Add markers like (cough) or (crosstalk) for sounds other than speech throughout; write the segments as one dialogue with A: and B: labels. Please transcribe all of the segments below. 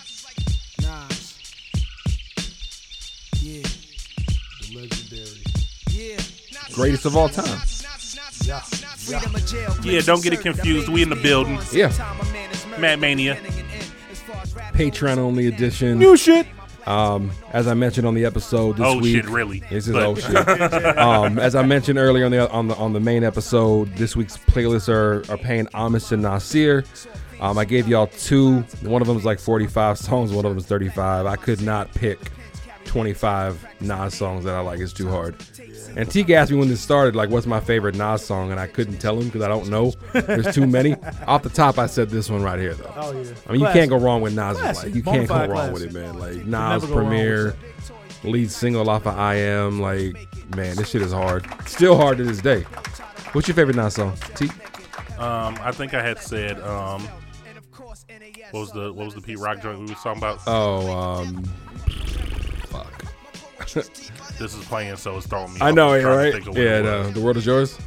A: Nas. Yeah. The legendary. Yeah.
B: Greatest of all time.
A: Yeah.
C: Freedom of jail.
D: Yeah, don't get it confused. We in the building.
B: Yeah.
D: Mad Mania.
B: Patreon only edition.
D: New shit.
B: Um, as I mentioned on the episode this
D: Oh,
B: week,
D: shit, really?
B: This is
D: But-
B: oh
D: (laughs)
B: shit. um, as I mentioned earlier on the on the on the main episode, this week's playlists are are paying homage to Nasir. Um, I gave y'all two. One of them is like 45 songs. One of them is 35. I could not pick 25 Nas songs that I like. It's too hard. And Teague asked me when this started, like, what's my favorite Nas song? And I couldn't tell him because I don't know. There's too many. Off the top, I said this one right here, though.
A: Oh, yeah.
B: I mean, you
A: Classic.
B: can't go wrong with Nas.
A: Classic.
B: Like, you can't go
A: Bonafide
B: wrong
A: classic.
B: with it, man. Like
A: never
B: Nas
A: go wrong with
B: premiere, lead single off of I Am. Like, man, this shit is hard. Still hard to this day. What's your favorite Nas song? T.
D: Um, I think I had said um, what was the what was the Pete Rock joint we was talking about?
B: Oh, um, fuck.
D: this is playing, so it's throwing me.
B: I
D: off.
B: know, yeah,
D: I'm trying to
B: right?
D: think of what it
B: Yeah,
D: was.
B: no, the world is yours.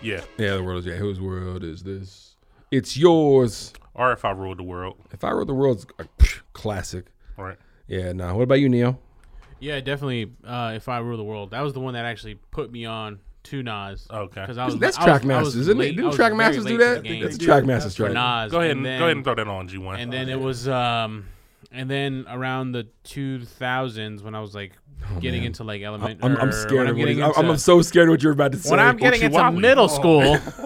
D: yeah.
B: Yeah, the world is yeah. Whose world is this? It's yours.
D: Or if I ruled the world,
B: If I wrote the world's a psh, classic.
D: right?
B: Yeah, nah. What about you, Neo?
E: Yeah, definitely. Uh, if I rule the world, that was the one that actually put me on to Nas.
D: Okay.
E: because I was
B: That's
E: I was- I was
B: Trackmasters, isn't
E: late-
B: it?
E: I
B: Didn't
E: was very
B: Trackmasters
E: late
B: do
E: to the
B: that?
E: game
B: That's a Trackmasters
E: for
B: track.
E: Nas.
D: Go ahead and,
E: and then,
D: go ahead and throw that on G one.
E: and then it was um, and then around the two thousands when I was like getting into like
B: Oh, I'm,
E: element.
B: I'm,
E: or
B: I'm
E: when
B: scared of what
E: getting
B: he's- I'm,
E: into-
B: I'm so scared of what you're about to say. Oh,
E: when I'm getting into
D: Uchiwali.
E: middle school.
B: (laughs)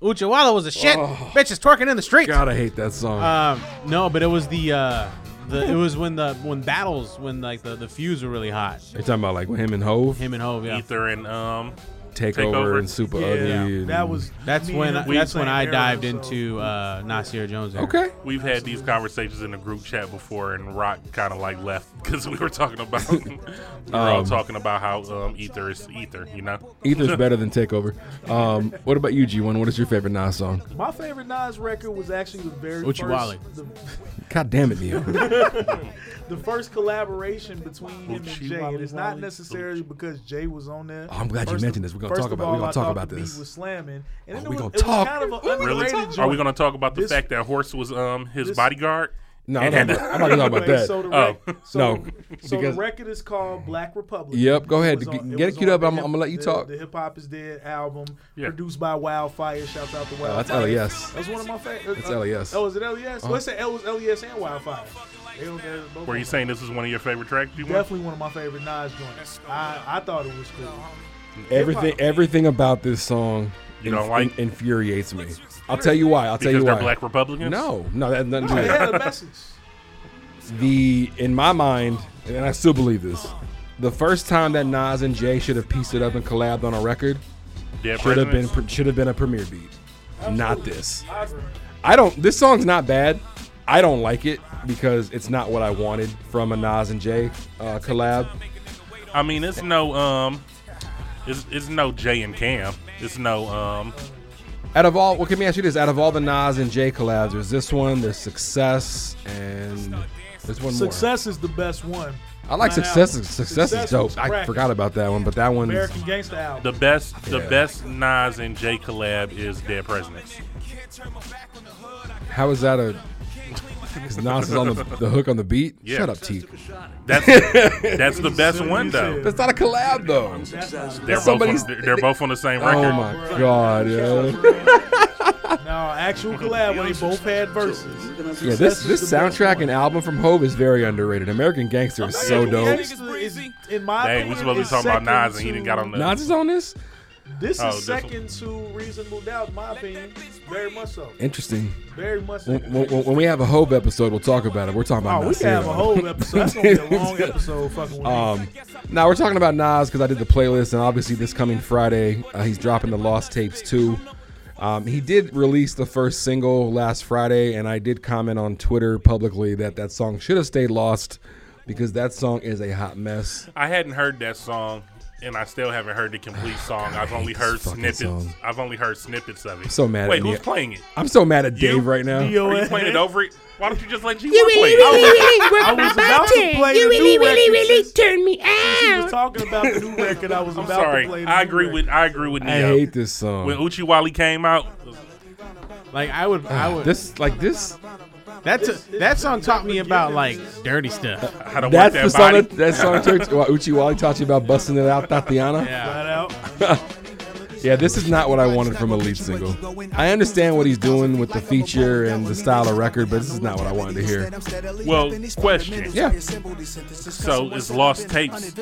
E: Uchiwala was a shit. Bitch is twerking in the street.
B: Oh. God, I hate that song.
E: Um, no, but it was the uh, the it was when the when battles when like the the feuds were really hot.
B: You're talking about like him and Hove
E: Him and Hove, yeah.
D: Ether and um,
B: take
D: Takeover.
B: over and super
A: Yeah,
B: ugly.
A: yeah.
B: and-
A: That was
E: That's
A: me
E: when
A: and
E: I,
A: we
E: that's when
A: same
E: I
A: era,
E: dived
A: so-
E: into uh, Nasir Jones. era.
B: okay.
D: we've had these conversations in the group chat before, and Rock kind of like left (laughs) because we were talking about we were all talking about how um, Ether is Ether, you know?
B: Ether's better than takeover. Um, what about you, G1? What is your favorite Nas song?
A: My favorite Nas record was actually the very
E: Uchiwali.
A: first the, (laughs)
B: God damn it, Neo.
A: the first collaboration between him and Jay. And it's not
D: Uchiwali.
A: necessarily because Jay was on there.
B: Oh, I'm glad you
A: First
B: mentioned this. We're gonna
A: first
B: talk
A: of
B: about- we're
A: all,
B: gonna
A: I
B: talk
A: thought
B: about
A: the beat
B: this. Oh,
A: was slamming. And then
B: we
A: it was,
B: gonna
A: it was
B: talk.
A: kind of an
B: (laughs)
D: Really?
A: underrated
D: Are
A: joint.
D: we gonna talk about the
A: This-
D: fact that Horse was um his
A: this-
D: bodyguard?
B: No, I'm not, about- I'm not gonna
D: (laughs)
B: talk about
A: Anyway, So the
B: that.
A: rec-
D: Oh.
A: so
B: No,
A: the, so the
B: because-
A: record is called Black Republic.
B: Yep, go ahead.
A: It was
B: Get-
A: it
B: get it
A: was
B: queued
A: on
B: up.
A: the
B: I'm-
A: hip-
B: I'm gonna let you
A: the-
B: talk.
A: The Hip Hop is Dead album,
D: Yeah.
A: produced by Wildfire. Shouts out to Wildfire.
B: Oh, that's LES.
A: That's one of my favorites.
B: That's E LES.
A: Oh, is it LES?
B: Uh-huh.
A: Let's say L was LES and Wildfire. They don't- they're both
D: Were you
A: on-
D: saying this is one of your favorite tracks? You want?
A: Definitely one of my favorite Nas joints. I, I thought it was cool.
B: Everything, everything about this song
D: You don't like-
B: infuriates me. I'll tell you why. I'll tell
D: Because
B: you
D: they're
B: why.
D: black Republicans?
B: No, no, that doesn't do
A: It
B: that.
D: (laughs)
A: had a message.
B: the in my mind, and I still believe this. The first time that Nas and Jay should have pieced it up and collabed on a record
D: Dead
B: should have been
D: Presidents?
B: pre- should have been a premiere beat, not this. I don't. This song's not bad. I don't like it because it's not what I wanted from a Nas and Jay uh, collab.
D: I mean, it's no um, it's, it's no Jay and Cam. It's no um,
B: Out of all, well, let me ask you this: out of all the Nas and Jay collabs, there's this one, there's Success, and there's one more.
A: Success is the best one.
B: I like
A: Not
B: Success.
A: album.
B: Success is dope.
A: was
B: I
A: cracking.
B: forgot about that one, but that one.
A: American Gangsta album.
D: the best the
B: Yeah.
D: best Nas and Jay collab is Dead Presidents.
B: (laughs) How is that a? Because Nas is on the, the hook on the beat.
D: Yeah.
B: Shut up, Teak. (laughs)
D: That's that's the best one though.
B: That's not a collab though.
D: They're both on,
B: somebody's-
D: they're, they're both on the same record.
B: Oh my god, yo.
A: No, actual collab when they both had verses.
B: Yeah, this this soundtrack and album from Hove is very underrated. American Gangster is so dope.
A: Gangsta is, in my
D: Dang,
A: opinion,
D: we supposed to be
A: is
D: talking about
A: second
D: Nas and he
A: to-
D: didn't got on the.
B: Nas is on this.
A: This
D: Oh,
A: is
D: this
A: second to Reasonable Doubt, in my opinion. Very much so.
B: Interesting.
A: Very much so.
B: When, when- when we have a Hove episode, we'll talk about it. We're talking about
A: Oh, we
B: Nas
A: can have
B: here,
A: a
B: though.
A: whole episode. That's gonna be a long episode. Fucking with
B: Um, now we're talking about Nas because I did the playlist, and obviously this coming Friday uh, he's dropping the Lost Tapes too. Um, he did release the first single last Friday, and I did comment on Twitter publicly that that song should have stayed lost because that song is a hot mess.
D: I hadn't heard that song, and I still haven't heard the complete song. I've only
B: this
D: heard
B: fucking
D: snippets.
B: song.
D: I've only heard snippets of it.
B: so mad at
D: Wait,
B: me.
D: who's playing it?
B: I'm so mad at Dave
D: You?
B: right now.
A: You-
D: Are you playing it over it? Why don't you just let G1 play it? Oh,
A: I was about to play the new record.
C: turn me
A: She was talking about the new record. I was
D: I'm
A: about
D: sorry.
A: to play. The
D: I
A: new
D: agree
A: record.
D: with I agree with
B: I
D: Neo.
B: hate this song.
D: When Uchi Wally came out,
E: Like I would, I would.
B: This like this.
E: That's a, that song taught me about like dirty stuff.
D: how to work
B: That's the
D: that
B: song.
D: body.
B: That, that song Church, Uchi Wally taught you about busting it out, Tatiana.
E: Yeah.
A: Flat out.
B: Yeah, this is not what I wanted from a lead single. I understand what he's doing with the feature and the style of record, but this is not what I wanted to hear.
D: Well, question.
B: Yeah.
D: So it's lost tapes.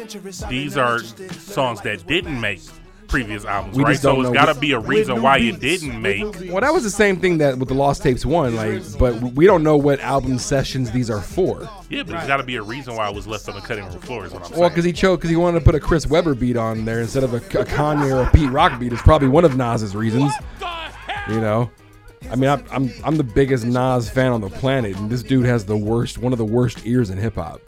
D: These are songs that didn't make previous albums,
B: We
D: right?
B: just don't
D: So it's
B: know
D: got to
B: which-
D: be a reason
A: new
D: why
A: beats.
D: it didn't make.
B: Well, that was the same thing that with the Lost Tapes one, like, but we don't know what album sessions these are for.
D: Yeah, but it's got to be a reason why it was left on the cutting room floor. Is what I'm saying.
B: Well, because he chose, because he wanted to put a Chris Webber beat on there instead of a, a Kanye or a Pete Rock beat. It's probably one of Nas's reasons. You know, I mean, I, I'm I'm the biggest Nas fan on the planet, and this dude has the worst, one of the worst ears in hip hop.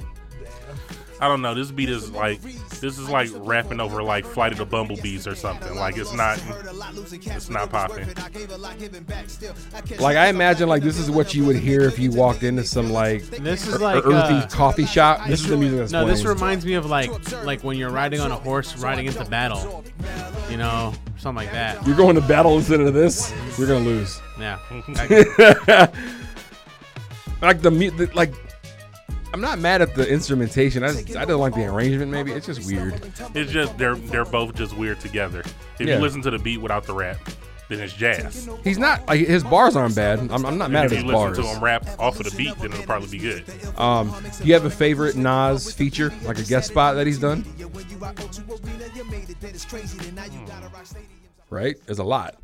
D: I don't know. This beat is like this is like rapping over like Flight of the Bumblebees or something. Like it's not it's not popping.
B: Like I imagine, like this is what you would hear if you walked into some like
E: This
B: ear-
E: is like
B: earthy
E: uh,
B: coffee shop. This is the music that's
E: no.
B: playing.
E: This reminds me of like like when you're riding on a horse riding into battle, you know, something like that.
B: You're going to battle instead of this. You're gonna lose. (laughs)
E: Yeah.
B: Like the, mu- the like. I'm not mad at the instrumentation. I just, I don't like the arrangement. Maybe it's just weird.
D: It's just they're they're both just weird together. If
B: Yeah.
D: you listen to the beat without the rap, then it's jazz.
B: He's not like his bars aren't bad. I'm, I'm not mad at
D: And if
B: his
D: you listen
B: bars.
D: to him rap off of the beat, then it'll probably be good.
B: Um, do you have a favorite Nas feature, like a guest spot that he's done?
D: Hmm.
B: Right, there's a lot.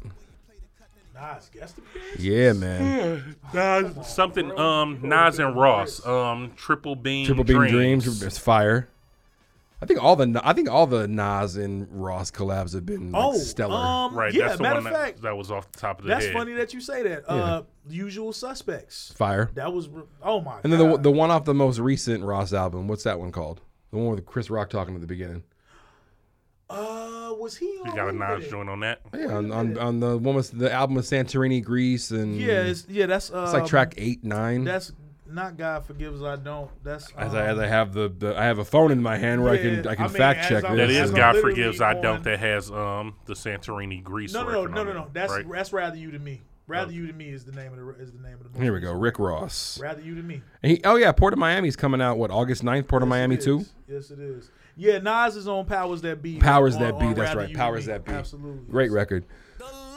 A: Nas guest appearance.
B: Yeah, man.
D: Something um Nas and Ross um Triple Beam
B: Triple Beam Dreams, it's fire. I think all the I think all the Nas and Ross collabs have been like,
A: Oh,
B: stellar.
A: um,
D: Right,
A: Yeah,
D: that's the
A: matter
D: one
A: of
D: that,
A: fact,
D: that was off the top of the
A: that's
D: head.
A: funny that you say that. Uh, Usual Suspects.
B: fire.
A: That was. re- Oh my.
B: And then the
A: God.
B: the one off the most recent Ross album. What's that one called? The one with Chris Rock talking at the beginning.
A: Uh, was he?
D: You got a
A: already
D: Nas
A: with it?
D: joint on that.
B: Yeah, on, on, on the one with the album with Santorini, Greece, and
A: Yeah, it's, yeah. That's. Uh,
B: Mm-hmm. it's like track eight, nine.
A: That's not God forgives. I don't. That's.
B: as
A: um,
B: I, as I have the, the I have a phone in my hand where I can
A: Yeah,
B: I can
A: I mean,
B: fact
A: as
B: check
A: I'm-
B: this.
D: That is
A: I'm
D: God
A: literally
D: forgives. I
A: on-
D: don't. That has um the Santorini Grease.
A: No, no, no,
D: record
A: no,
D: on
A: no,
D: it,
A: no. That's
D: right?
A: that's rather you to me. Rather you to me is the name of the is the name of the.
B: Here
A: movie.
B: we go, Rick Ross.
A: Rather you to me.
B: And he, oh yeah, Port of Miami's coming out what August 9th, Port of Miami
A: Yes, it
B: too.
A: is. Yes, it is. Yeah, Nas is on Powers That Be.
B: Powers
A: on-
B: that
A: on
B: be. That's
A: Rather
B: right.
A: You
B: Powers
A: Be.
B: that be.
A: Absolutely.
B: Great record.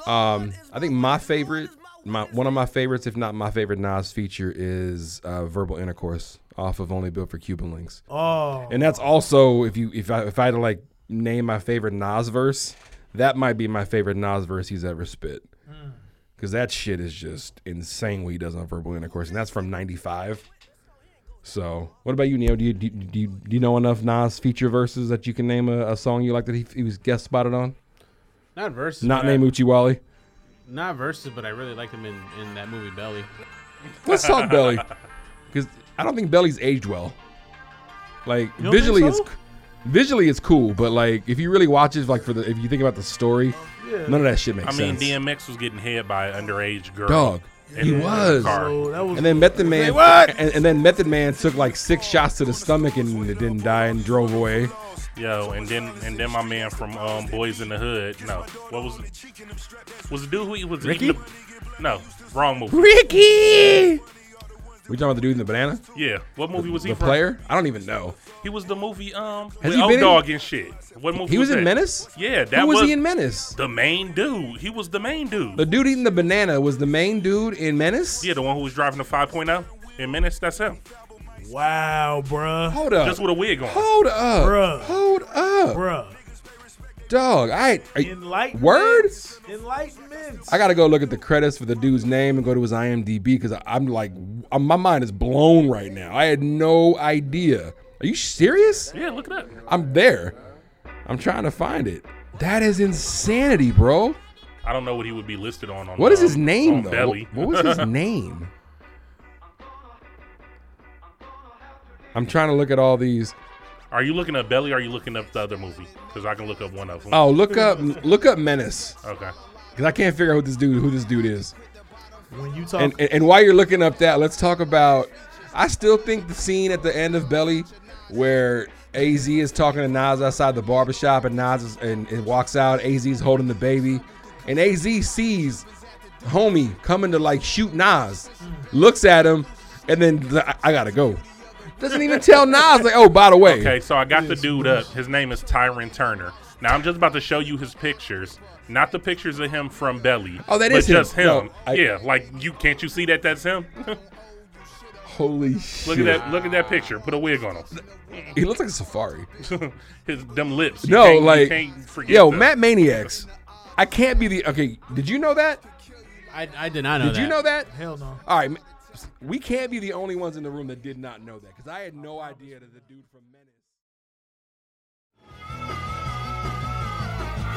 B: Um, I think my favorite, my one of my favorites, if not my favorite Nas feature, is uh, "Verbal Intercourse" off of "Only Built for Cuban Links,"
A: Oh,
B: and that's also if you if I if I had to like name my favorite Nas verse, that might be my favorite Nas verse he's ever spit.
A: Hmm.
B: Because that shit is just insane what he does on verbal intercourse, and that's from '95. So, what about you, Neo? Do you do, you- do you, do you know enough Nas feature verses that you can name a, a song you like that he, he was guest spotted on?
E: Not verses.
B: Not
E: but I-
B: name Uchi Wally.
E: Not verses, but I really liked him in in that movie Belly.
B: Let's (laughs) talk Belly, because I don't think Belly's aged well. Like
A: don't
B: visually,
A: think
B: it's
A: so?
B: c- visually it's cool, but like if you really watch it, like for the if you think about the story, none of that shit makes
D: I mean,
B: sense.
D: DMX was getting hit by an underage girl.
B: Dog,
D: in
B: he
D: the
B: was.
D: car.
A: So that was
B: And then Method Man,
A: what?
B: And, and then Method Man took like six shots to the stomach and it didn't die and drove away.
D: Yo, and then and then my man from um, Boys in the Hood. No, what was was the dude who he was eating
B: Ricky?
D: the- no, wrong movie.
B: Ricky, We talking about the dude in the banana?
D: Yeah. What movie was he
B: The
D: from?
B: player? I don't even know.
D: He was the movie um
B: Has
D: with
B: he been
D: Old
B: in-
D: Dog and shit. What movie
B: He was in
D: that?
B: Menace.
D: Yeah, that
B: Who was,
D: was,
B: he in Menace?
D: The main dude. He was the main dude.
B: The dude eating the banana was the main dude in Menace.
D: yeah, the one who was driving the 5.0 in Menace. That's him.
C: Wow, bruh.
B: Hold up.
D: Just with a wig on.
B: Hold up.
C: Bruh.
B: Hold up.
C: Bruh.
B: Dog. I are you-
A: Enlightenment.
B: word.
A: Enlightenment.
B: I gotta go look at the credits for the dude's name and go to his IMDb because I'm like, i my mind is blown right now. I had no idea. Are you serious?
D: Yeah, look at that.
B: I'm there. I'm trying to find it. That is insanity, bro.
D: I don't know what he would be listed on. on
B: What is
D: um,
B: his name
D: on
B: though?
D: Belly.
B: What was
D: (laughs)
B: his name? I'm trying to look at all these.
D: Are you looking up Belly? Or are you looking up the other movie? Because I can look up one of them.
B: Oh, look up, look up Menace,
D: Okay.
B: because I can't figure out who this dude, who this dude is.
A: When you talk,
B: And, and and while you're looking up that, let's talk about. I still think the scene at the end of Belly, where Az is talking to Nas outside the barbershop, and Nas is, and, and walks out. Az is holding the baby, and Az sees homie coming to like shoot Nas, looks at him, and then the, I, I gotta go. Doesn't even tell Nas like, oh, by the way,
D: Okay, so I got the dude up. His name is Tyron Turner. Now I'm just about to show you his pictures, not the pictures of him from Belly.
B: Oh, that
D: but
B: is him.
D: just him.
B: No, I-
D: yeah, like you can't you see that? That's him. (laughs)
B: holy shit,
D: look at that. Look at that picture. Put a wig on
B: he looks like a safari.
D: him. (laughs) his them lips. You
B: No,
D: can't- you
B: like,
D: can't forget
B: yo,
D: the-
B: Matt Maniacs, I can't be the okay. Did you know that?
E: I, I did not know
B: Did
E: that.
B: you know that?
C: Hell no.
B: All right, we can't be the only ones in the room that did not know that because I had no idea that the dude from Menace.